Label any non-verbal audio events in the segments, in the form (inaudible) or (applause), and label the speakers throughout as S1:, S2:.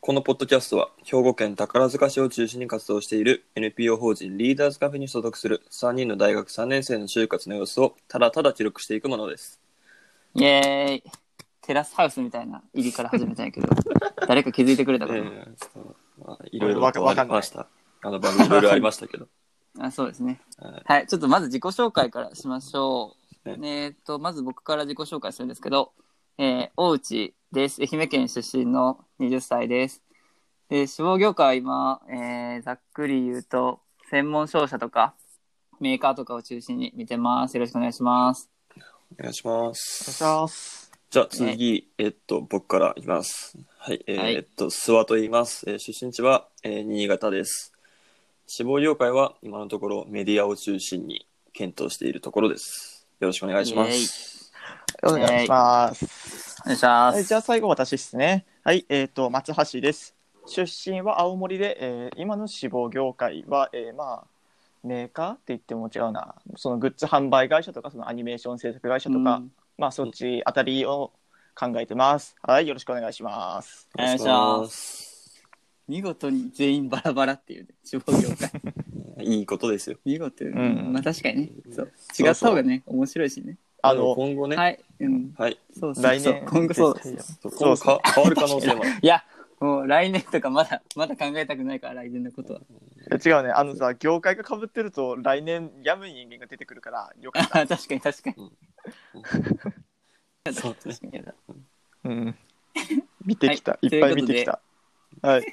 S1: このポッドキャストは、兵庫県宝塚市を中心に活動している NPO 法人リーダーズカフェに所属する3人の大学3年生の就活の様子をただただ記録していくものです。
S2: イエーイテラスハウスみたいな入りから始めたんや (laughs) けど、誰か気づいてくれたか
S1: え
S2: な、
S1: ーちょっとまあいろいろ
S3: わかわかんない
S1: ありました。あの番組いろいろありましたけど。
S2: あそうですね。
S1: はい
S2: はい、ちょっとまず自己紹介からしましょう。
S1: ね
S2: えっと、まず僕から自己紹介するんですけど、えー大内です。愛媛県出身の20歳です。で、志望業界は今、えーざっくり言うと、専門商社とか、メーカーとかを中心に見てます。よろしくお願いします。
S1: お願いします。
S3: お願いします。
S1: じゃあ次、えっと、僕からいきます。はい、えー
S2: はい
S1: えっと、諏訪と言います。えー出身地は、えー新潟です。志望業界は今のところメディアを中心に検討しているところです。よろしくお願いします。
S3: お願いします。
S2: お願いしま
S3: はい、
S2: す。
S3: じゃあ最後私ですね。はい、えっ、と松橋です。出身は青森で、えー今の志望業界は、えーまあメーカーって言っても違うな。そのグッズ販売会社とかそのアニメーション制作会社とか、
S2: うん
S3: まあそっちあたりを考えてます。はい、よろしくお願いします。
S2: お願いし
S1: お願
S2: ま
S1: いします。
S2: 見事に全員バラバラっていう、ね、志望業界。
S1: いいことですよ。
S2: 見事よね、
S3: うん
S2: まあ確かにねそう
S3: そう
S2: 違った方がね面白いしね
S3: あ
S1: でも
S3: の
S1: 今後ね、。
S2: はいい、うん、
S1: はい、
S2: そうそうそう
S3: 来年
S2: 今後そう
S3: 絶対や
S1: そう
S3: そ
S1: 今
S3: う
S1: 後か変わる可能
S2: (laughs)
S1: 性もある。
S2: いやもう来年とかまだまだ考えたくないから来年のことは
S3: 違うね。あのさ業界が被ってると来年やむ人間が出てくるからよかっ
S2: 確
S3: た。
S2: かに確かに (laughs)
S1: そうね。
S3: うん、見てきた、
S2: はい
S3: いっぱい見てきた。はい。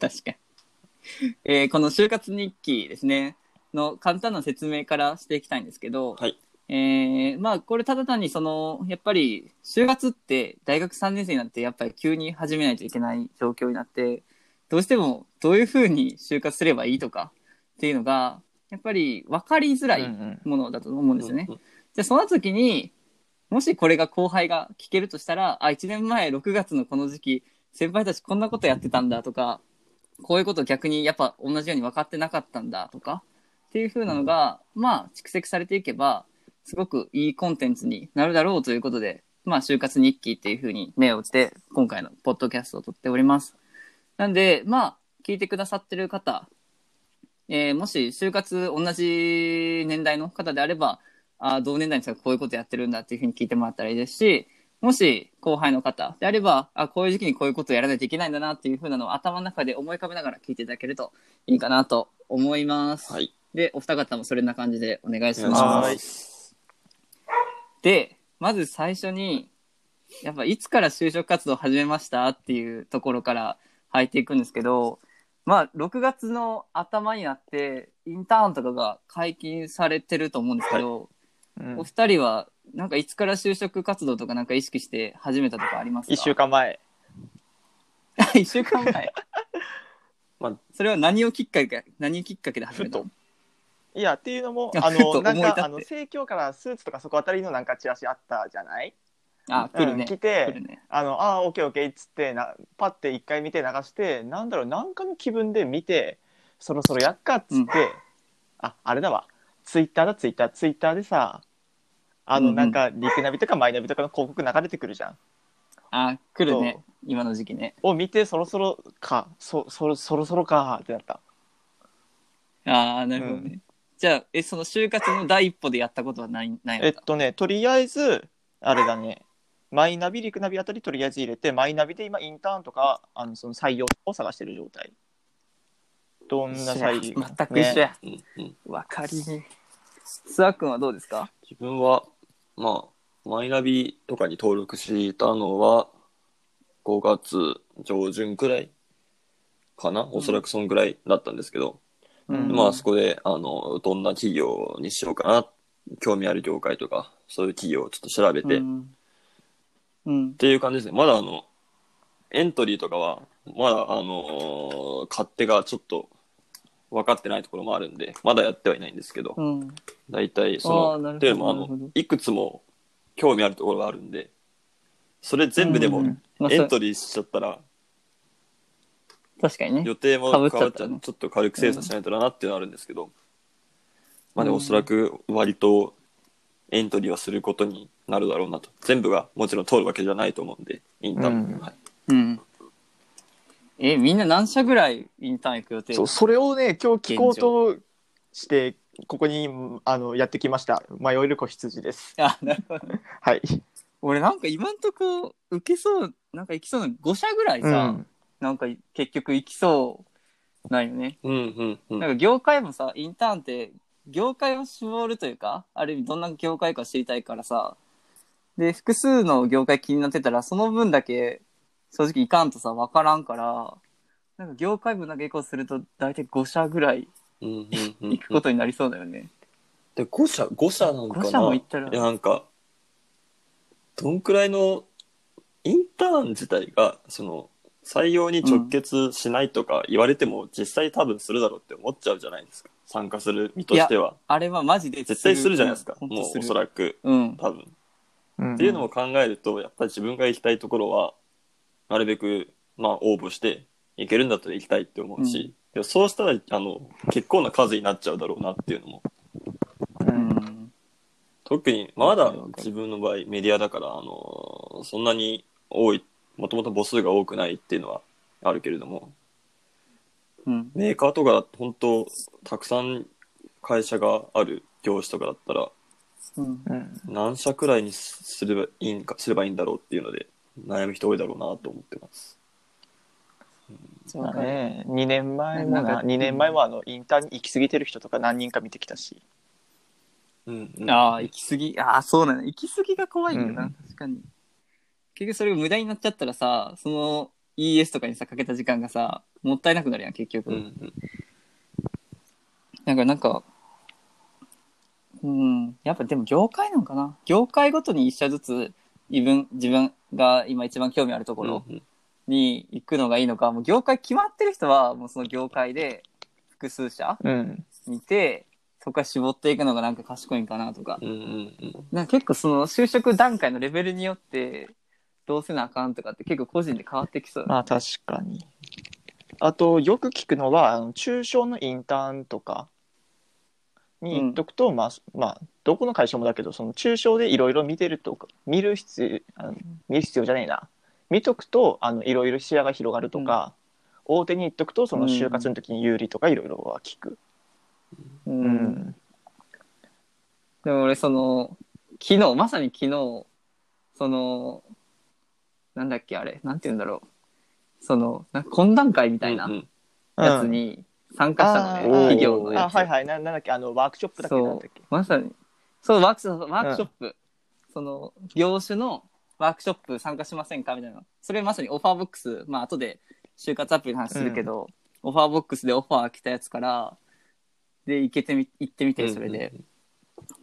S2: 確かに、えーこの就活日記ですねの簡単な説明からしていきたいんですけど、
S1: はい。
S2: えーまあこれただ単にそのやっぱり就活って大学3年生になってやっぱり急に始めないといけない状況になってどうしてもどういうふうに就活すればいいとかっていうのがやっぱり分かりづら
S3: う
S2: い
S3: ん
S2: ものだと思うんですよね。
S1: うん
S2: じゃあその時にもしこれが後輩が聞けるとしたらあ1年前6月のこの時期先輩たちこんなことやってたんだとかこういうこと逆にやっぱ同じように分かってなかったんだとかっていう風なのが、まあ蓄積されていけばすごくいいコンテンツになるだろうということで、まあ就活日記っていう風に目を打って今回のポッドキャストを撮っております。なんでまあ聞いてくださってる方、えーもし就活同じ年代の方であればあー同年代の人がこういうことやってるんだっていうふうに聞いてもらったらいいですし、もし後輩の方であれば、あこういう時期にこういうことをやらないといけないんだなっていうふうなのを頭の中で思い浮かべながら聞いていただけるといいかなと思います。
S1: はい。
S2: で、お二方もそれな感じでお願いし
S1: お願
S2: ま。
S1: いします
S2: で、まず最初に、やっぱいつから就職活動を始めましたっていうところから入っていくんですけど、まあ、6月の頭になって、インターンとかが解禁されてると思うんですけど、
S3: うん
S2: お二人は、なんかいつから就職活動とかなんか意識して始めたとかありますか
S3: 一週。間前。
S2: (laughs) 一週間前。
S1: まあ
S2: それは何をきっかけか、何きっかけで始めたの
S3: ふいやっていう
S2: (laughs)
S3: のもあ
S2: ちょっと
S3: のなん
S2: 思い立って
S3: かあの生協からスーツとかそこあたりのなんかチラシあったじゃない、
S2: あ、来る
S3: うん
S2: ね。
S3: 来
S2: 来る
S3: て
S2: ね。
S3: あのあーオッケーオッケーっつってなパッて一回見て流してなんだろうなんかの気分で見てそろそろやっかっつって、
S2: うん
S3: ああれだわツイッターだツイッターツイッターでさあ
S2: うん
S3: の
S2: うん
S3: なんかリクナビとかマイナビとかの広告流れてくるじゃん。
S2: あ、来るね
S3: そ。
S2: 今の時期ね。
S3: を見てそろそろかそそろそろそろかってなった。
S2: ああ、なるほどね。じゃあ、え、その就活の第一歩でやったことはない、ない
S3: え
S2: の
S3: っ
S2: か
S3: とね、とりあえず、あれだね、マイナビ、リクナビあたりとりあえず入れて、マイナビで今、インターンとか、あのその採用を探してる状態。どんな
S2: 一緒や
S3: 採用
S2: 全く一緒
S3: ね
S2: や。
S1: うんうん
S2: わ、かりに。諏訪くんはどうですか
S1: 自分は、まあ、マイナビとかに登録したのは、5月上旬くらいかな、おそらくそんぐらいだったんですけど、
S2: うん
S1: まあそこで、あの、どんな企業にしようかな、興味ある業界とか、そういう企業をちょっと調べて、
S2: う
S1: っ
S2: ん。うん。
S1: ていう感じですね。まだあの、エントリーとかは、まだあのー勝手がちょっと分かってないところもあるんで、まだやってはいないんですけど、
S2: うん。
S1: 大体
S2: あ
S1: そ
S2: ーなるほど
S1: の、というのもあ
S2: なるほ
S1: の
S2: ど、
S1: いくつも興味あるところがあるんで、それ全部で
S2: う
S1: も
S2: んまあ
S1: エントリーしちゃったら、
S2: 確かにね。
S1: 予定も
S2: 被
S1: 変
S2: っ
S1: わ
S2: ちゃったね
S1: っちゃうちょっと軽く精査しないとなっていうのはあるんですけど、まあでもおそらく割とエントリーはすることになるだろうなと全部がもちろん通るわけじゃないと思うんでインターンも、
S3: うん
S1: はい
S2: うん。え、みんな何社ぐらいインターン行く予定
S3: そうそれをね今日聞こうとしてここにあのやってきました迷える子羊です
S2: あ、なるほど。
S3: はい、
S2: 俺なんか今んとこ、受けそう、なんか行きそうな5社ぐらいうさ、
S3: ん、
S2: なんか結局行きそうなんよね。
S1: うんうんう。
S2: なんんか業界もさ、インターンって、業界を絞るというか、ある意味どんな業界か知りたいからさ、で、複数の業界気になってたら、その分だけ、正直いかんとさ、わからんから、なんか業界分だけ行こうすると、大体5社ぐらい
S1: うんうんうん、
S2: 行くことになりそうだよね。
S1: で、5社、5社なんかな
S2: 五社も行ったら
S1: いや、なんか、どんくらいの、インターン自体が、その、採用に直結しないとか言われても、実際多分するだろうって思っちゃうじゃないですか。参加する身としては。
S2: あれはマジで
S1: 絶対するじゃないですか。
S2: うんほん
S1: も
S2: とす
S1: う、
S2: る
S1: おそらく、
S2: うん。
S1: 多分。
S3: うん
S1: っていうのも考えると、やっぱり自分が行きたいところは、なるべく、まあ、応募して、行けるんだったら行きたいって思うし、
S2: うん
S1: でもそうしたら、あの、結構な数になっちゃうだろうなっていうのも
S2: うん。
S1: 特に、まあまだ
S2: わかるわかる
S1: 自分の場合メディアだから、あのーそんなに多い、もともと母数が多くないっていうのはあるけれども、
S2: うん。
S1: メーカーとかだと本当、たくさん会社がある業種とかだったら、
S2: うん。
S3: うん
S1: 何社くらいにすればいいんか、すればいいんだろうっていうので、悩む人多いだろうなと思ってます。
S2: そう
S3: だ
S2: かる。
S3: ね、2年前も
S2: なん
S3: な
S2: か
S3: 2年前もあのインターンに行き過ぎてる人とか何人か見てきたし、
S1: うん、
S2: ああ、行き過ぎ。ああ、そうなの。行き過ぎが怖いんだよな、
S3: うん
S2: 確かに。結局それが無駄になっちゃったらさ、その ES とかにさ、かけた時間がさ、もったいなくなるやん、結局。
S1: うん、うん。
S2: なんか、なんか、うん、やっぱでも業界なんかな。業界ごとに一社ずつ、自分、自分が今一番興味あるところ
S1: うん
S2: に行くのがいいのか、もう業界決まってる人は、もうその業界で複数社
S3: うん、
S2: 見て、そこから絞っていくのがなんか賢いんかなとか。
S1: うん、うんうん。
S2: なんか結構その就職段階のレベルによってどうせなあかんとかって結構個人で変わってきそうだ
S3: まあ確かにあとよく聞くのはあの中小のインターンとかに行っとくと、まあまあどこの会社もだけどその中小でいろいろ見てるとか見る必要あの見る必要じゃねえな見とくといろいろ視野が広がるとか、大手に行っとくとその就活の時に有利とかいろいろは聞く、
S2: う
S3: うん
S2: ん、でも俺その昨日まさに昨日そのなんだっけあれなんて言うんだろうそのなんか懇談会みたいな
S1: うんうん
S2: やつに参加したのね、
S1: うん
S2: 企業の
S3: あ
S2: やつ
S3: はいはいななんだっけあのワークショップだっけ
S2: そう
S3: なんだっけ
S2: まさにそうワークショップワークショップ、その業種のワークショップ参加しませんかみたいなそれまさにオファーボックスまあ後で就活アプリの話するけど、オファーボックスでオファー来たやつからで行けてみ行ってみてそれで、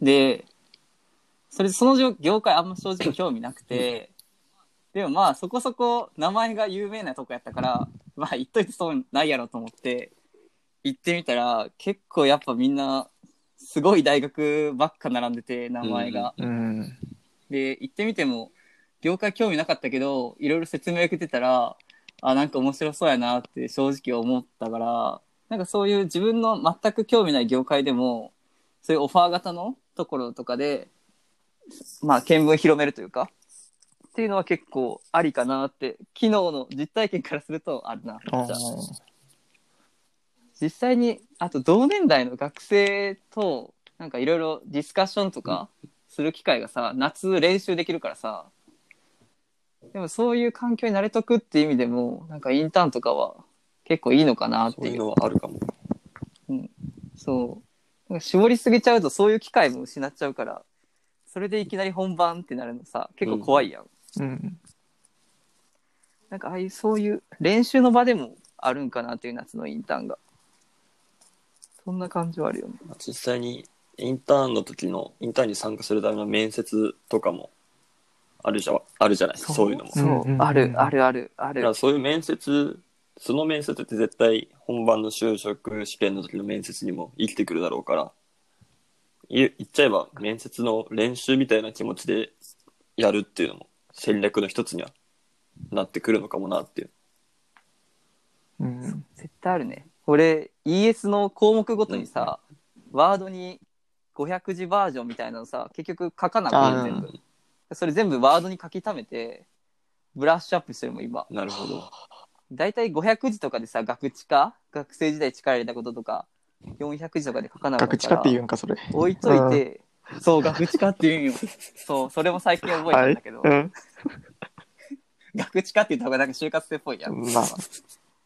S2: でそれその業業界あんま正直興味なくて、でもまあそこそこ名前が有名なとこやったからまあ行っといてそうないやろと思って行ってみたら結構やっぱみんなすごい大学ばっか並んでて名前が、
S3: うん
S2: で行ってみても業界興味なかったけどいろいろ説明受けてたらあなんか面白そうやなって正直思ったからなんかそういう自分の全く興味ない業界でもそういうオファー型のところとかでまあ見聞広めるというかっていうのは結構ありかなって昨日の実体験からするとあるなと思った実際にあと同年代の学生となんかいろいろディスカッションとかする機会がさ夏練習できるからさでもそういう環境に慣れとくっていう意味でもなんかインターンとかは結構いいのかなっ
S1: そう
S2: て
S1: い
S2: いうう
S1: のはあるかも。
S2: そうなんか絞りすぎちゃうとそういう機会も失っちゃうからそれでいきなり本番ってなるのさ結構怖いやん、
S3: うん
S2: なんかああいうそういう練習の場でもあるんかなっていう夏のインターンがそんな感じはあるよね
S1: まあ実際にインターンの時のインターンに参加するための面接とかもあるじゃあるじゃないそういうのも
S2: そ
S1: だ
S2: う、
S3: うんうんうん
S2: あるあるあるあ
S1: か
S2: る
S1: らそういう面接その面接って絶対本番の就職試験の時の面接にも生きてくるだろうから言う言っちゃえば面接の練習みたいな気持ちでやるっていうのも戦略の一つにはなってくるのかもなっていう
S3: うん
S2: 絶対あるね俺 ES の項目ごとにさ、ワードに500字バージョンみたいなのさ結局書かなくて
S3: あー
S2: 全部それ全部ワードに書き溜めてブラッシュアップしてるもん今
S1: (laughs) なるほど
S2: 大体500字とかでさ、学知か学生時代力入れたこととか、400字とかで書かなかった
S3: 学
S2: ら。
S3: 知かって言うんかそれ
S2: 置いといて、そう、学知かって言うんよ。そう、それも最近覚えたんだけど、
S3: うん
S2: 学知かって言った方がなんか就活生っぽいやん。
S3: まあ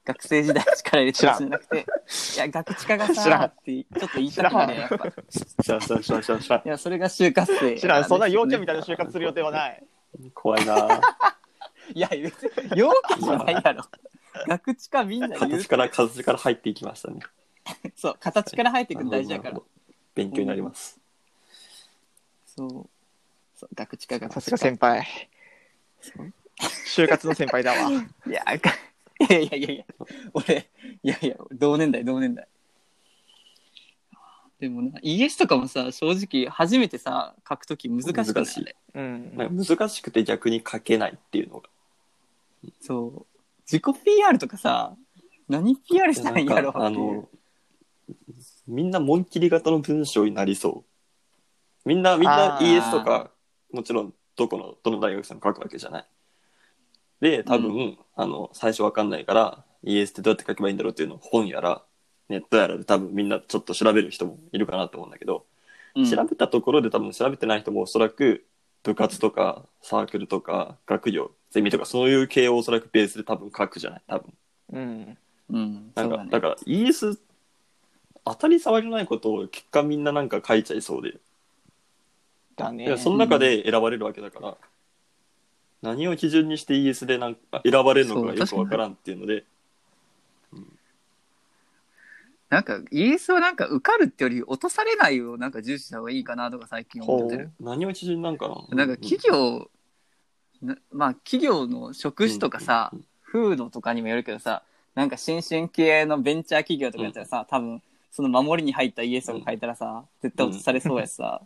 S2: 学生時代力入れてるじゃなくて、いや、学知かが
S3: 知らん
S2: さ、ってちょっと言いたくなるやんやっぱ。い
S1: 知らん知らん知らん知らん知らん
S2: や、それが就活生。
S3: 知らんそんな陽キャみたいな就活する予定はない
S1: 怖いなぁ
S2: いや、別に、陽キャじゃないやろ。学知かみんな言う
S1: 形。から形から入っていきましたね
S2: そう、形から入っていくの大事やか
S1: な
S2: ら
S1: る。ほど勉強になります、
S2: そう。そう、学知かが。
S3: さすが先輩就活の先輩だわ
S2: いや、あかんいやいやいやいや、俺、いやいや、同年代、同年代。でもな、ES とかもさ、正直、初めてさ、書くとき難しくない
S1: 難しい
S3: うん
S1: なんか難しくて逆に書けないっていう
S2: (laughs)
S1: のが
S2: そう。自己 PR とかさ、何 PR したらいいんやろ
S1: な
S2: うんって
S1: かあ
S2: いう
S1: のみんな紋切り型の文章になりそうみんなみんな
S3: あー
S1: ES とかもちろんどこのどの大学さんも書くわけじゃないで多分、
S2: う
S1: あの最初わかんないから ES ってどうやって書けばいいんだろうっていうのを本やらネットやらで多分みんなちょっと調べる人もいるかなと思うんだけど、
S2: うん
S1: 調べたところで多分調べてない人もおそらく部活とかサークルとか学業ゼミとかそういう系をおそらくベースで多分書くじゃない多分
S3: うん
S2: うん、
S1: な
S2: そ
S1: んか
S2: う
S1: だ,、
S2: だね。
S1: から ES 当たり障りのないことを結果みんななんか書いちゃいそうで
S3: だ
S1: い
S3: ね
S1: やその中で選ばれるわけだから、何を基準にして ES でなんか選ばれるのかがよくわからんっていうので
S2: なんか、ES はなんか、受かるってより、落とされないをなんか重視した方がいいかなとか、最近思ってる。
S1: 何を基準なんかな
S2: なんか企業、なまあ企業の職種とかさ、
S1: うん
S2: 風土とかにもよるけどさ、なんか新進気鋭のベンチャー企業とかやったらさ、多分その守りに入ったイエスを書いたらさ、絶対落とされそうやしさ、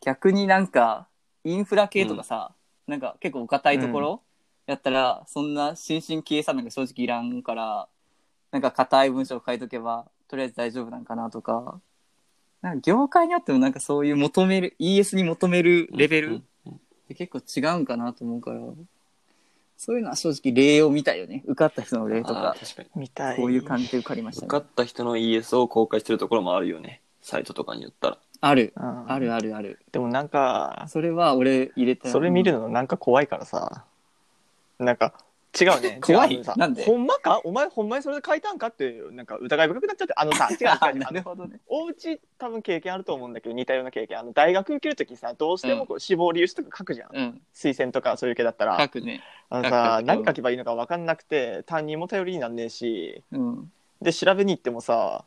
S2: 逆になんかインフラ系とかさ、なんか結構お堅いところやったら、そんな新進気鋭さなんか正直いらんから、なんか硬い文章を書いとけば、とりあえず大丈夫なんかなとか、なんか業界にあってもなんかそういう求める、ES に求めるレベル、
S1: うん
S2: で結構違うんかなと思うからそういうのは正直例を見たいよね受かった人の例と
S1: あ
S2: か
S1: ー確かに
S3: 見たい
S2: こういう感じで受かりまし
S1: 受
S2: た
S1: か
S2: ね
S1: った人の ES を公開してるところもあるよねサイトとかによったら
S2: ある
S3: うん
S2: あるあるある
S3: でもなんか
S2: それは俺入れた
S3: それ見る
S2: の
S3: のなんか怖いからさなんか違うね
S2: (laughs) 怖い
S3: 違うあのさ
S2: なんで
S3: ほんまかお前ほんまにそれで書いたんかってなんか疑い深くなっちゃってあ
S2: (laughs)
S3: のさ違う違う違う
S2: な
S3: あの
S2: るほどね
S3: おうち多分経験あると思うんだけど似たような経験あの大学受けるときさどうしてもこう志望理由とか書くじゃん、
S2: うん
S3: 推薦とかそういう系だった
S2: 書
S3: ら
S2: くね
S3: あの
S2: 書く書
S3: さ
S2: く
S3: 何書けばいいのか分かんなくて担任も頼りになんねえし
S2: うん
S3: で調べに行ってもさ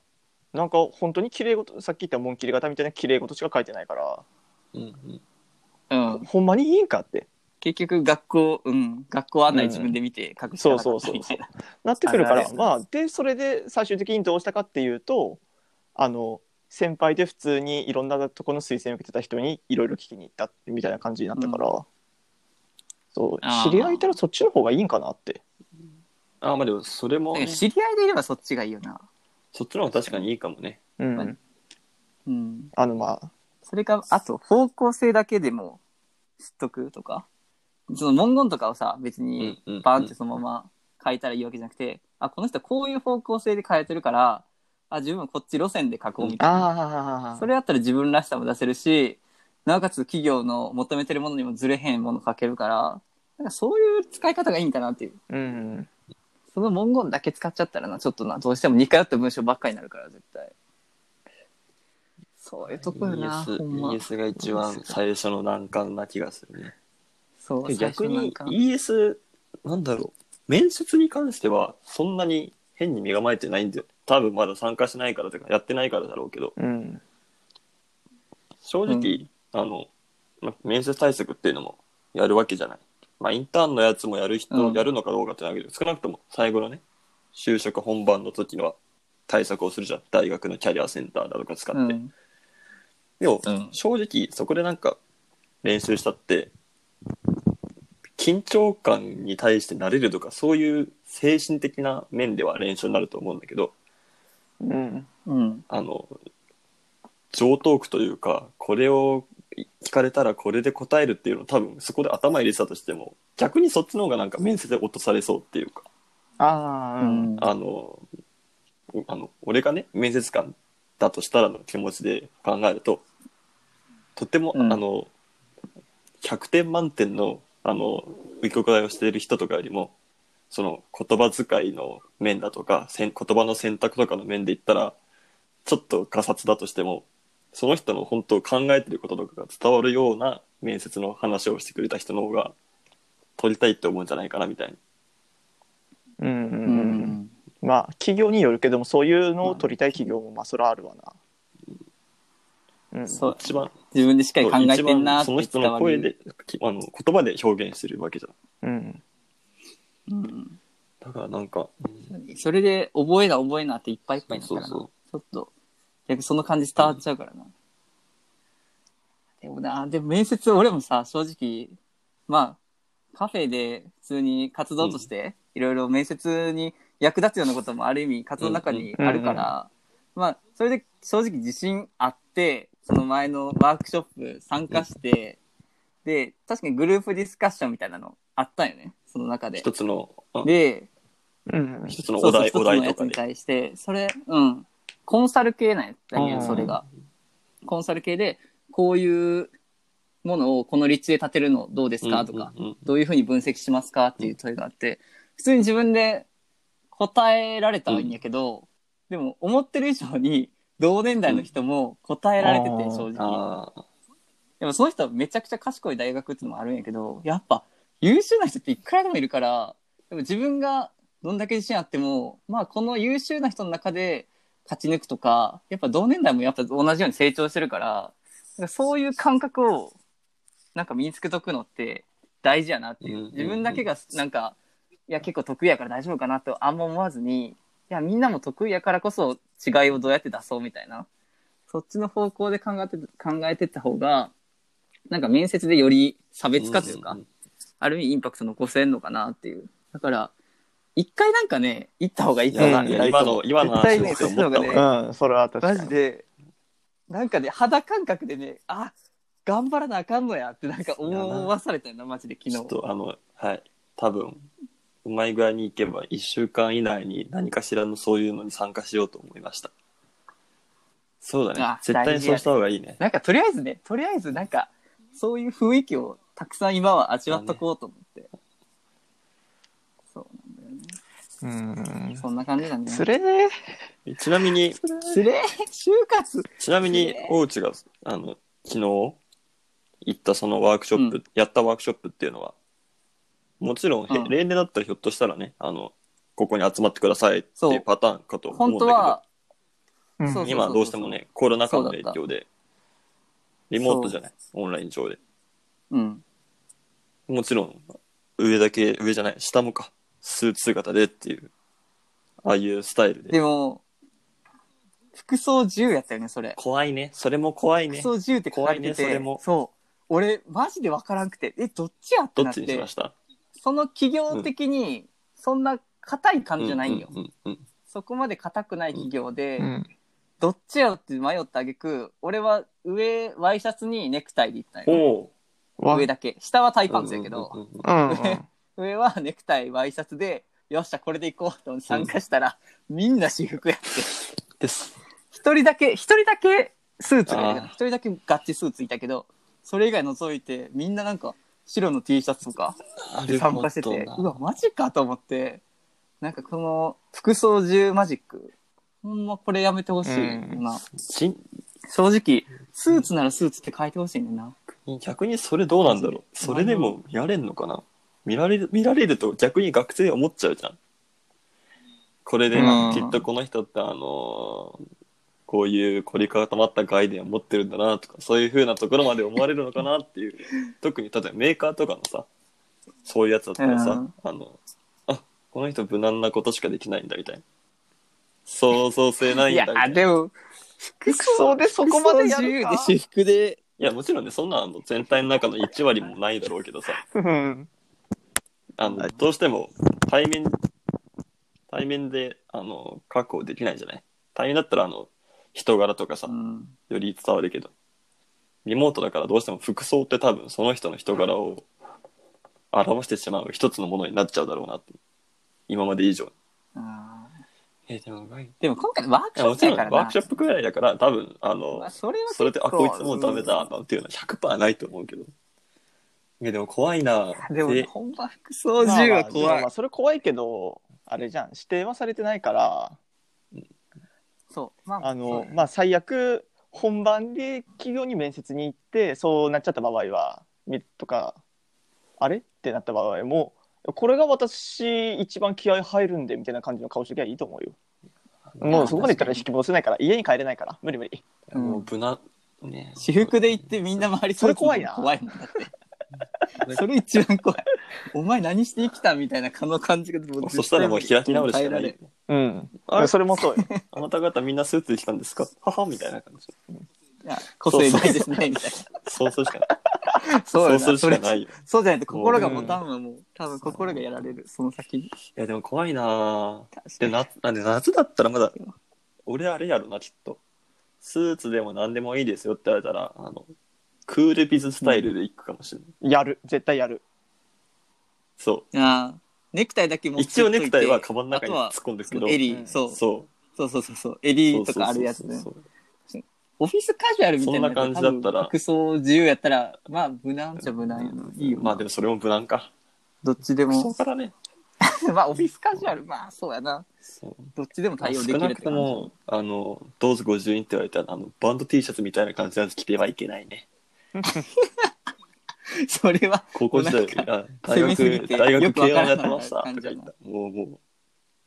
S3: なんか本当に綺麗事さっき言った紋切り型みたいな綺麗事しか書いてないから、
S1: うんうん
S2: うん
S3: ほんまにいいんかって
S2: 結局学校うん学校案内自分で見て書くしかなかったみたいな
S3: なってくるか
S2: あるあ
S3: ら
S2: る
S3: まあでそれで最終的にどうしたかっていうとあの先輩で普通にいろんなとこの推薦を受けてた人にいろいろ聞きに行ったみたいな感じになったから、
S2: あ
S3: そう
S2: ー
S3: 知り合いいたらそっちの方がいいんかなって
S1: あーまあでもそれも
S2: なん
S1: ね、
S2: か知り合いでいればそっちがいいよな
S1: そっちの方が確かにいいかもね。
S3: う
S2: まあ
S3: ん
S2: うん
S3: あのまあ
S2: それかあと方向性だけでも知っとくとかその文言とかをさ別
S1: う
S2: に、
S1: んうん、
S2: バーンってそのまま変えたらいいわけじゃなくて、あ、この人こういう方向性で変えてるから、あ、自分はこっち路線で書こうみたいな。
S3: あ
S2: それだったら自分らしさも出せるし、なおかつ企業の求めてるものにもずれへんもの書けるから、なんかそういう使い方がいいんかなっていう。
S3: うん
S2: その文言だけ使っちゃったらな、ちょっとな、どうしても似通った文章ばっかりになるから、絶対。そういうとこよな、
S1: ES,
S2: ほんま。
S1: ES が一番最初の難関な気がするね。
S2: そう、
S1: 逆に
S2: 最初なんか
S1: ES、なんだろう。面接に関してはそんなに変に身構えてないんだよ。多分まだ参加しないからとか、やってないからだろうけど、
S3: うん
S1: 正直、あの、ま、面接対策っていうのもやるわけじゃない。まあ、インターンのやつもやる人、
S2: うん
S1: やるのかどうかってなるけど、少なくとも最後のね、就職本番の時のは対策をするじゃん。大学のキャリアセンターだとか使って。
S2: うん。
S1: でも、
S2: うん
S1: 正直そこでなんか練習したって緊張感に対して慣れるとかそういう精神的な面では練習になると思うんだけど
S3: うん
S2: うん。
S1: あの上トークというかこれを聞かれたらこれで答えるっていうのを多分そこで頭入れてたとしても逆にそっちの方がなんか面接で落とされそうっていうか
S3: ああ、うん。
S1: あの、うあの俺がね、面接官だとしたらの気持ちで考えると、とっても、
S2: うん
S1: あの、100点満点の、あの、受け答えをしている人とかよりも、その言葉遣いの面だとか、せん言葉の選択とかの面で言ったら、ちょっとがさつだとしても、その人の本当考えてることとかが伝わるような面接の話をしてくれた人の方が、取りたいって思うんじゃないかなみたいな。
S3: うんうん
S2: う
S3: うんうん。
S2: ん。
S3: まあ企業によるけどもそういうのを取りたい企業もまあそれはあるわな。うん、
S2: そう。
S1: 一番
S2: 自分でしっかり考えてんなー
S1: そう
S2: って
S1: 一番その人
S2: 伝わ
S1: の
S2: る。
S1: 声できあの言葉で表現してるわけじゃん
S3: うん。
S2: うん。
S1: だからなんか
S2: それで、覚えな覚えなっていっぱいいっぱいになった
S1: そ
S2: か
S1: う
S2: らな。
S1: そ
S2: ちょっと、逆にその感じ伝わっちゃうからな。でもな、でも面接、俺もさ、正直、まあ、カフェで普通に活動として、いろいろ面接に役立つようなこともある意味、活動の中にあるから、まあ、それで正直自信あって、その前のワークショップ参加して、で、確かにグループディスカッションみたいなのあったよね、その中
S1: う
S2: で
S1: 一。つのあ
S2: で、
S3: うん。
S1: 一つのお題
S2: そう
S1: お
S2: そう一つ
S1: 題
S2: のや
S1: と
S2: つ
S1: か
S2: に
S1: で
S2: 対して、それ、うん。コンサル系なんやったん
S3: う
S2: や、
S3: ん
S2: それが。コンサル系で、こういうものをこの立地で立てるのどうですかとか、
S1: うんうん
S2: どういうふうに分析しますかっていう問いがあって、普通に自分で答えられたんやけど、でも思ってる以上に同年代の人も答えられてて、
S3: うん
S2: 正
S1: うん
S2: 直。
S1: ああ
S2: でもその人はめちゃくちゃ賢い大学っていうのもあるんやけど、やっぱ優秀な人っていくらでもいるから、でも自分がどんだけ自信あっても、まあこの優秀な人の中で勝ち抜くとか、やっぱ同年代もやっぱ同じように成長してるから、なんかそういう感覚をなんか身につけとくのって大事やなってい
S1: うんうん
S2: う
S1: う。ん
S2: 自分だけがなんか、いや結構得意やから大丈夫かなとあんま思わずに、いやみんなも得意やからこそ違いをどうやって出そうみたいな。そっちの方向で考えて、考えてった方が、なんか面接でより差別化というか、
S1: んん
S2: ある意味インパクト残せんのかなっていう。だから、一回なんかね、行った方がいいかな、
S3: うん
S1: いや
S2: 偉いと
S1: 今
S2: 思う絶
S1: の今の
S2: 対
S1: 話
S2: ね
S1: をすごい思っ
S2: そっ
S1: た
S2: ちの方が
S1: わ
S2: ね
S3: うん、それは確か
S2: マ
S3: に。
S2: ジで、なんかね、肌感覚でね、あ、頑張らなあかんのやってなんか思わされたよな、マジで昨
S1: ちょっ
S2: 日。
S1: とあのはい多分うまい具合にいけば1週間以内に何かしらのそういうのに参加しようと思いましたそうだね
S2: あ
S1: 絶対
S2: 大
S1: に
S2: 事や
S1: そう
S2: ね
S1: した方がいいね
S2: なんかとりあえずね、とりあえずなんか、そういう雰囲気をたくさん今は味わっとこうと思って。そうなんだよね。
S3: うん。
S2: そんな感じだね。
S3: それね。
S1: ちなみに
S2: すれ就活
S1: ちなみに
S2: ね、
S1: 大内が、あの、昨日行ったそのワークショップ、
S2: うん
S1: やったワークショップっていうのは、もちろん、へ
S2: うん
S1: 例年だったらひょっとしたらね、あの、ここに集まってくださいっていうパターンかと思うん
S2: 本当
S1: だけど
S2: は、、
S3: うん
S2: そう
S1: 今どうしてもね、コロナ禍の影響で、リモートじゃない、オンライン上で。
S2: うん。
S1: もちろん、上だけ、上じゃない、下もか、スーツ姿でっていう、ああいうスタイルで。
S2: でも、服装自由やったよね、それ。
S1: 怖いね、それも怖い
S2: 服
S1: ね。
S2: 装自由って書かれて
S1: 怖いねそ
S2: て、
S1: れも
S2: そう。俺、マジでわからんくて、え、どっちやって
S1: ど
S2: なっ
S1: っちにしてま、した
S2: その企業的に、そんな硬い感じじゃないんよ。
S1: うんうんうんうん
S2: そこまで硬くない企業で、
S3: うん。
S2: どっちやって迷ったあげく、俺は上、ワイシャツにネクタイで行ったんよ。
S1: おう
S3: わ
S2: 上だけ。下は
S1: う
S2: 短
S1: んうん
S2: パ
S1: う
S2: ン
S1: ん
S2: ツやけど、
S1: うんうん
S3: (laughs) うんうん。
S2: 上はネクタイ、ワイシャツで、よっしゃ、これで行こうと思って参加したら、みんな私服やって。
S1: です。
S2: 一人だけ、一人だけスーツがいる
S1: あー
S2: 一人だけガッチスーツいたけど、それ以外除いて、みんななんか、白の T シャツとか
S1: あ
S2: で参加してて、うわ、マジかと思って、なんかこの、服装中マジック、ほんまこれやめてほしいな、
S3: うん
S1: し
S2: 正直、スーツならスーツって書いてほしいねんな。
S1: 逆にそれどうなんだろうそれでも見られんのかな見られる見られると逆に学生思っちゃうじゃんこれで
S3: うん
S1: きっとこの人ってあのーこういう凝り固まった概念を持ってるんだなとかそういうふうなところまで思われるのかなっていう特に例えばメーカーとかのさそういうやつだったらさ、
S2: うん
S1: あのあこの人無難なことしかできないんだみたいな創造性ない
S2: い
S1: んだ
S2: や
S1: みたいな、
S2: でも、服
S3: 服装でそこまでや
S2: 装自由
S3: る
S2: で
S3: か
S2: 私服で、
S1: いや、もちろんね、そんなあの全体の中の1割もないだろうけ
S2: (laughs)
S1: どさ、
S3: うん。
S1: あの、どうしても対面、対面で、あの、確保できないじゃない対面だったら、あの、人柄とかさ
S2: う、ん
S1: より伝わるけど、リモートだからどうしても服装って多分その人の人柄を表してしまう一つのものになっちゃうだろうなって。今まで以上に。
S2: あー
S1: えーでも、い
S2: でも今回ワークショ
S1: や
S2: ッ
S1: も
S2: プ
S1: ち
S2: や
S1: ろん
S2: からな。
S1: ワークショップくらいだから、多分、あの
S2: まあ、、それは結構
S1: (laughs) それで、あ、こいつもうダメだ、なんていうのは100%ないと思うけど。いや、でも怖いな
S2: うんでもね、
S1: で
S2: 本場服装銃は
S3: まあま
S2: 怖
S3: あ
S2: い
S3: まあ。それ怖いけどあれじゃん指定はされてないから
S2: そう。まあ、
S3: あ
S2: そう
S3: の
S2: だね
S3: まあ最悪本番で企業に面接に行ってそうなっちゃった場合はみとかあれってなった場合もこれが私一番気合入るんでみたいな感じの顔してきゃいいと思うよもうそこまでいったら引き戻せないから家に帰れないから無理無理
S2: うん
S1: もう無難、ね。
S2: 私服で行ってみんな周り
S3: それ怖いな
S2: 怖いもんだって。 (laughs) それ一番怖い。お前何して生きたみたいなの感じが。
S1: そしたらもう開き直るしかな
S2: 耐えられ
S1: い。
S3: うん
S1: あれ
S3: それもそうよ
S1: あなた方みんなスーツで来たんですかははみたいな感じ。
S2: いや個性ないですね、みたい
S1: そうするし
S2: (laughs)
S1: かない。
S2: な。
S1: そ
S2: だ
S1: うするしかないよ。
S2: そうじゃないと心がもう多分もう、多分心がやられる、その先に。
S1: いや、でも怖いな
S2: 確か
S1: で、
S2: に
S1: な、なんで夏だったらまだ、俺あれやろな、きっと。スーツでも何でもいいですよって言われたら、あの、クールビズスタイルで行くかもしれない。
S3: やる絶対やる
S1: そ
S2: ああネクタイだけ
S1: う。
S2: 持って
S1: 一応ネクタイは
S2: か
S1: カバンの中に突っ込んでるけど、
S2: 襟、
S3: うん
S2: そう
S1: そ
S2: そうそうそうそう、
S1: う。
S2: 襟とかあるやつね
S1: そ。うそうそう
S2: オフィスカジュアルみたいな
S1: そんな感じだったら
S2: 多分服装自由やったら、まあ無難っちゃ無難やな。いいよな。
S1: まあでもそれも無難か。
S2: どっちで
S1: そ
S2: も
S1: う。からね。
S2: (laughs) まあオフィスカジュアル、まあそうやな。
S1: そう
S2: どっちでも対応できる
S1: 少な
S2: って
S1: くと
S2: 感じ。
S1: も、あの、どうぞご自由にって言われたら、あの、バンド T シャツみたいな感じのやつ着てはいけないね。
S2: それは、
S1: 高校時代、
S2: なん
S1: あ大
S2: 攻めす
S1: 学
S2: ぎ、て
S1: 大
S2: よ
S1: 学
S2: くわ
S1: 慶
S2: から
S1: 応
S2: ん
S1: やってましたとか
S2: 感じや
S1: 言っ
S2: な
S1: た。もう、もう、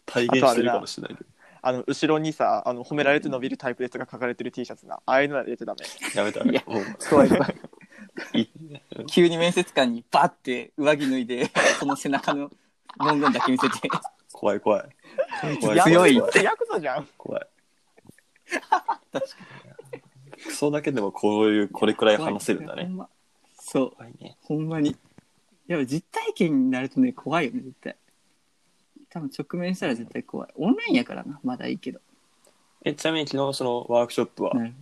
S1: 体現してるかもしれないけど。
S3: あの後ろにさあの褒められて伸びるタイプですとか書かれてる T シャツなああいうのは入れちゃダメ
S1: やめた
S2: いや
S1: ら、もう、
S2: 怖い怖い。
S1: い
S2: 急に面接官にバッて上着脱いで、その背中の文言だけ見せて。
S1: 怖い怖い。怖
S2: 強い
S1: 怖い。
S3: ヤクザじゃん
S1: 怖い。服装だけでもこういう、これくらい話せるんだ
S2: ほ
S1: ね。
S2: まそう、
S1: 怖いね。
S2: ほんまに。やっぱ実体験になるとね、怖いよね、絶対。多分直面したら絶対怖い。オンラインやからな、まだいいけど。
S1: え、ちなみに昨日そのワークショップは
S2: なるほ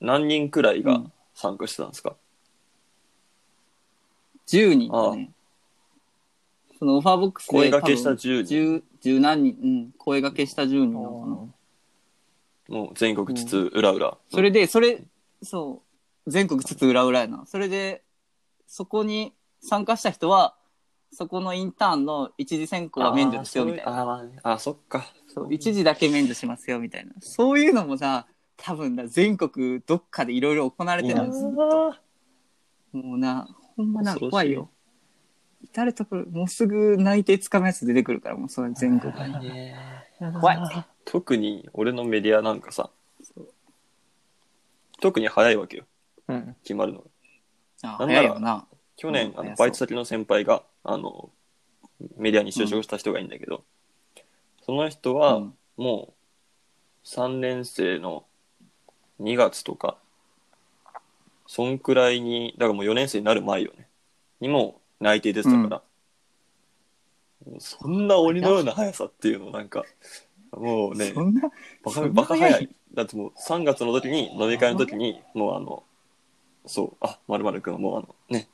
S2: ど
S1: 何人くらいうが
S2: ん
S1: 参加してたんですか、
S2: 10人だね。そのオファーボックスで
S1: 声掛けした
S2: 多分
S1: 10人。
S2: 10十何人、うん、声掛けした10人なのかな。
S1: もう全国津々浦々。
S2: それで、それ、そう、全国つつ裏裏やな。それで、そこに参加した人は、そこのインターンの一時選考は免除ですよ、みたいな。
S1: あーそういうあー、あーそっか。
S2: そう、一時だけ免除しますよ、みたいな。そういうのもさ、多分な、全国どっかでいろいろ行われてるのよずっと。もうな、ほんまな、
S1: 恐ろしい
S2: 怖いよ。至るところ、もうすぐ内定つかむやつ出てくるから、もうそれ全国。
S1: いね。
S2: 怖い。
S1: 特に俺のメディアなんかさ、特に早いわけよ、
S3: うん
S1: 決まるのが。
S2: あ
S1: なんなら
S2: 早いよな。
S1: 去
S2: うん
S1: 年、あ
S2: 早
S1: の
S2: そう
S1: バイト先の先輩があのメディアに就職した人がいいんだけど、その人
S2: う
S1: は
S2: ん
S1: もう3年生の2月とかそんくらいにだからもう4年生になる前よねにもう内定出てたから、もうそんな鬼のような速さっていうのなんかもうね
S2: そんな、
S1: バ
S2: そんな
S1: カバカ
S2: 早い
S1: 早い。だってもう3月の時に飲み会の時にもうあのそうあまるまるくんはもうあのね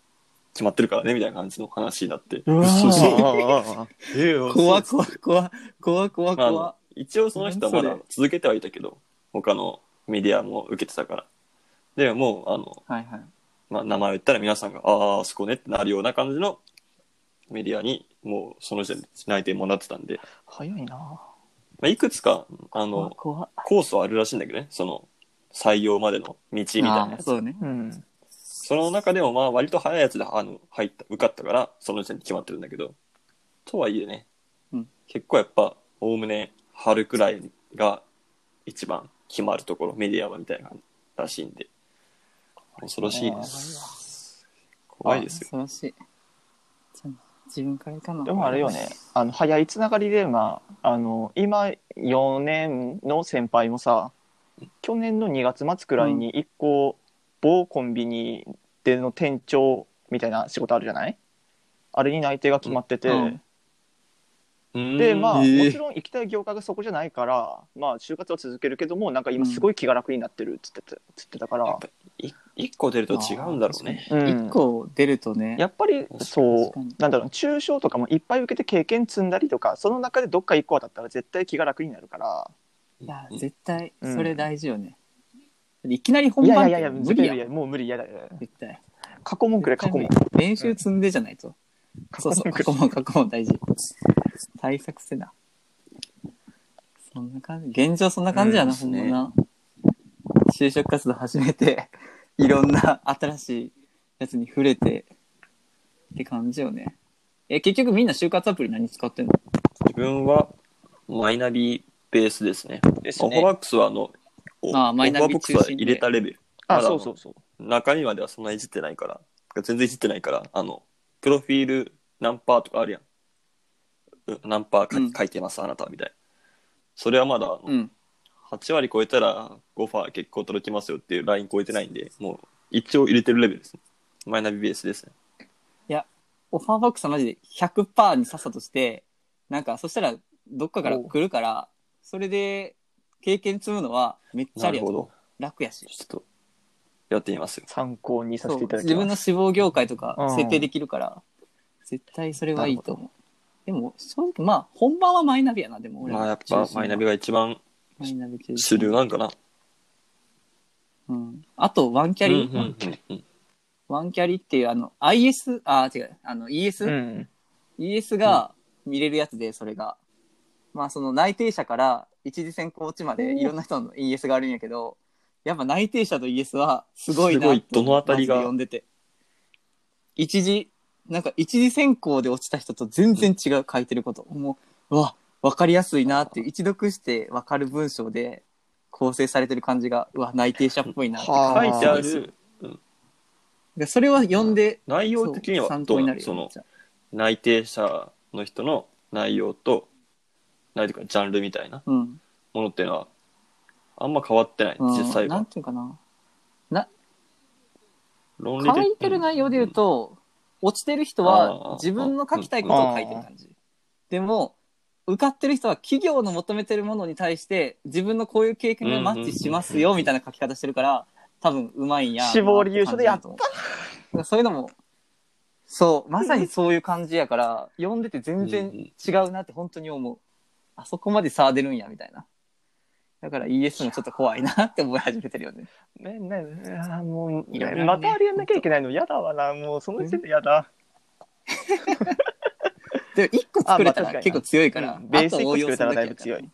S1: 決まってるからねみたいな感じの話になって
S2: うわー
S1: そうそう
S3: あ
S1: ええよ
S2: 怖
S1: そう
S2: 怖怖怖怖
S1: まああ
S2: 怖
S1: の。一応その人はま
S2: 何
S1: だ
S2: それ
S1: 続けてはいたけど他のメディアも受けてたからでもうあの、
S2: はいはい。
S1: まあ、名前を言ったら皆さんがあああそこねってなるような感じのメディアにもうその時点で内定もらってたんで、
S3: 早いな
S1: まあ、いくつかあの
S2: 怖
S1: コースはあるらしいんだけどねその採用までの道みたいなやつ
S2: そうね。
S3: うん
S1: その中でもまあ割と早いやつであの入った受かったからその時点で決まってるんだけどとはいえね、
S2: うん
S1: 結構やっぱおおむね春くらいが一番決まるところメディアはみたいならしいんで恐ろしいです怖いですよ
S2: 恐ろしい。じゃあ自分からいかな。
S3: でもあれよね。あの早いつながりでまああの今4年の先輩もさ去年の2月末くらいに一個、某コンビニでの店長みたいな仕事あるじゃないあれに内定が決まってて、
S2: うん
S3: でまあ、
S2: へえ
S3: もちろん行きたい業界がそこじゃないから、まあ、就活は続けるけどもなんか今すごい気が楽になってるっつってたつってたか
S1: やっ
S3: ら
S1: ぱ、い一個出ると違うんだろうね。
S3: うん
S2: 一個出るとね、
S3: やっぱりそ
S2: 確
S3: う
S2: かに
S3: なんだろう中小とかもいっぱい受けて経験積んだりとかその中でどっか一個当たったら絶対気が楽になるから
S2: い
S1: い
S2: や、絶対、
S3: うん
S2: それ大事よね。いきなり本
S3: い
S2: 番って
S3: やいやいや
S2: 無
S3: 無
S2: 理や
S3: 理や
S2: ん
S3: いやもう無理やだや
S2: 絶対。
S3: 過去問くれ過去問
S2: 絶対無理練習積んでじゃないと。
S3: 過去
S2: そうそう、
S3: 問く
S2: 過
S3: れ
S2: 去問、過去問大事。対策せな。そんな感じ、現状そんな感じやな、
S1: うん
S2: ほんまな。就職活動始めて、 (laughs) いろんな新しいやつに触れて、って感じよね。え、結局みんな就活アプリ何使ってんの
S1: 自分はマイナビベースですね。
S3: です
S1: オファー
S3: ね
S1: バックスはあの、オフ
S2: ああ
S1: ァ
S2: マイ
S1: ー
S2: ナ
S1: バ
S2: ビ
S1: ックス
S2: 中
S1: は
S2: 心で
S1: 入れたレベル。
S3: あ
S1: まだ
S3: そうそうそう
S1: 中身まではそんないじってないから、全然いじってないから、あの、プロフィール何パーとかあるやん。う何パーか
S2: うん
S1: 書いてます、あなたみたいな。それはまだ、あの
S2: うん。
S1: 8割超えたらオファー結構届きますよっていうライン超えてないんで、もう一応入れてるレベルですね。マイナビベースですね。
S2: オファーバックスはマジで100%にさっさとして、なんか、そしたら、どっかから来るから、それで、経験積むのは、めっちゃ
S1: な
S2: ありや
S1: る
S2: と
S1: ほど。
S2: 楽やし。
S1: ちょっと、やってみますよ。
S3: 参考にさ
S2: そう
S3: せていただき
S2: 自分
S3: ま
S2: の
S3: す
S2: 志望業界とか
S3: うん
S2: 設定できるから、絶対それはいいと思う。でも、正直、まあ、本番はマイナビやな、でも俺は
S1: まあやっぱマイナビが一番
S2: マイナビ中
S1: 主
S2: 心
S1: 流なんかな。
S2: うん。あと、ワンキャリー、
S1: うんうんうんうん
S2: ワンキャリーっていう、あの、IS、あ、違う、あの、ES、
S3: うん、
S2: ES が見れるやつで、それが。まあ、その内定者から一次選考落ちまでいろんな人の ES があるんやけど、やっぱ内定者と ES はすごいな
S1: すごいどのあたりが
S2: マジで読んでて。一次、なんか一次選考で落ちた人と全然違う書いてること。もう、うわ、わかりやすいなっていう、一読してわかる文章で構成されてる感じが、うわ、内定者っぽいなって
S3: は
S1: 書
S3: あー
S1: いてある
S2: でそれは読んで、
S1: 内容的に
S2: そう
S1: は
S2: 参
S1: ど
S2: 考
S1: う
S2: に
S1: な
S2: な
S1: の
S2: る
S1: そ
S2: よ
S1: の。内定者の人の内容と、内定というかジャンルみたいな
S2: うん。
S1: ものっていうのは、あんま変わってない、
S2: うん
S1: 実際
S2: なん
S1: は。
S2: ていうかな。
S1: 論理
S2: 書
S1: 的
S2: いてる内容で言うと、落ちてる人は自分の書きたいことを書いてる感じ。でも、受かってる人は企業の求めてるものに対して、自分のこういう経験がマッチしますよ、みたいな書き方してるから、多分うまいんや。
S3: 志望理由書でやった
S2: たそういうのも、そう、まさにそういう感じやから、読んでて全然違うなって本当に思う。あそこまで差出るんや、みたいな。だから ES もちょっと怖いなって思い始めてるよね。
S3: ねねあーもう
S2: いろいろね
S3: またあれやんなきゃいけないの嫌だわなもうその時点で嫌だ、
S2: でも1個作れた
S3: あまあ確からに
S2: 結構強いから、
S3: うんベー
S2: あ
S3: ス1
S2: と
S3: 個
S2: 応用
S3: 作れ
S2: す
S3: た
S2: る
S3: らだ
S2: だけ
S3: いぶ
S2: やから
S3: 強い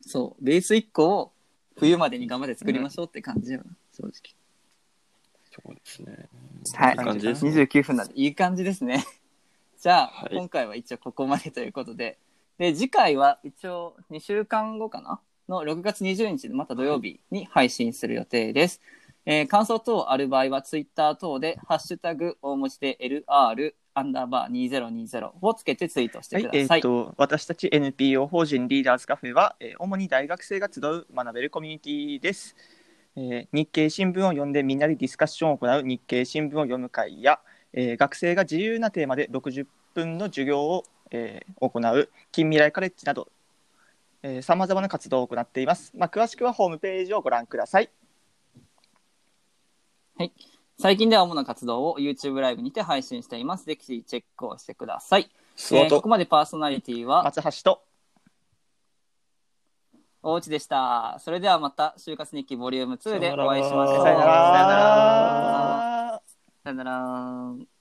S2: そうベース1個を冬までに頑張って作りましょうって感じよな、正直
S1: そうですね。
S2: はい
S1: いい感じですね
S2: 29分なんでいい感じですね (laughs) じゃあ、
S1: はい
S2: 今回は一応ここまでということでで次回は一応2週間後かなの6月20日また土曜日に配信する予定です、えー感想等ある場合はツイッター等で「ハッシュタグ大文字で LR アンダーバー2020」をつけてツイートして
S3: は
S2: く
S3: い
S2: だ、さ
S3: え
S2: い、
S3: っ、と、私たち NPO 法人リーダーズカフェは、えー主に大学生が集う学べるコミュニティです。えー日経新聞を読んでみんなでディスカッションを行う日経新聞を読む会や、えー学生が自由なテーマで60分の授業を、えー行う近未来カレッジなど、さまざまな活動を行っています。まあ、詳しくはホームページをご覧ください。
S2: 最近では主な活動を YouTube ライブにて配信しています。ぜひチェックをしてください。
S1: ス
S2: え
S1: ワ
S2: ーこ
S1: ト
S2: こ、までパーソナリティは
S3: 松橋と
S2: おうちでした。それではまた就活日記ボリューム2でお会いしましょう。
S1: さ
S3: さよ
S1: よ
S3: な
S1: な
S3: ら。
S2: さよなら。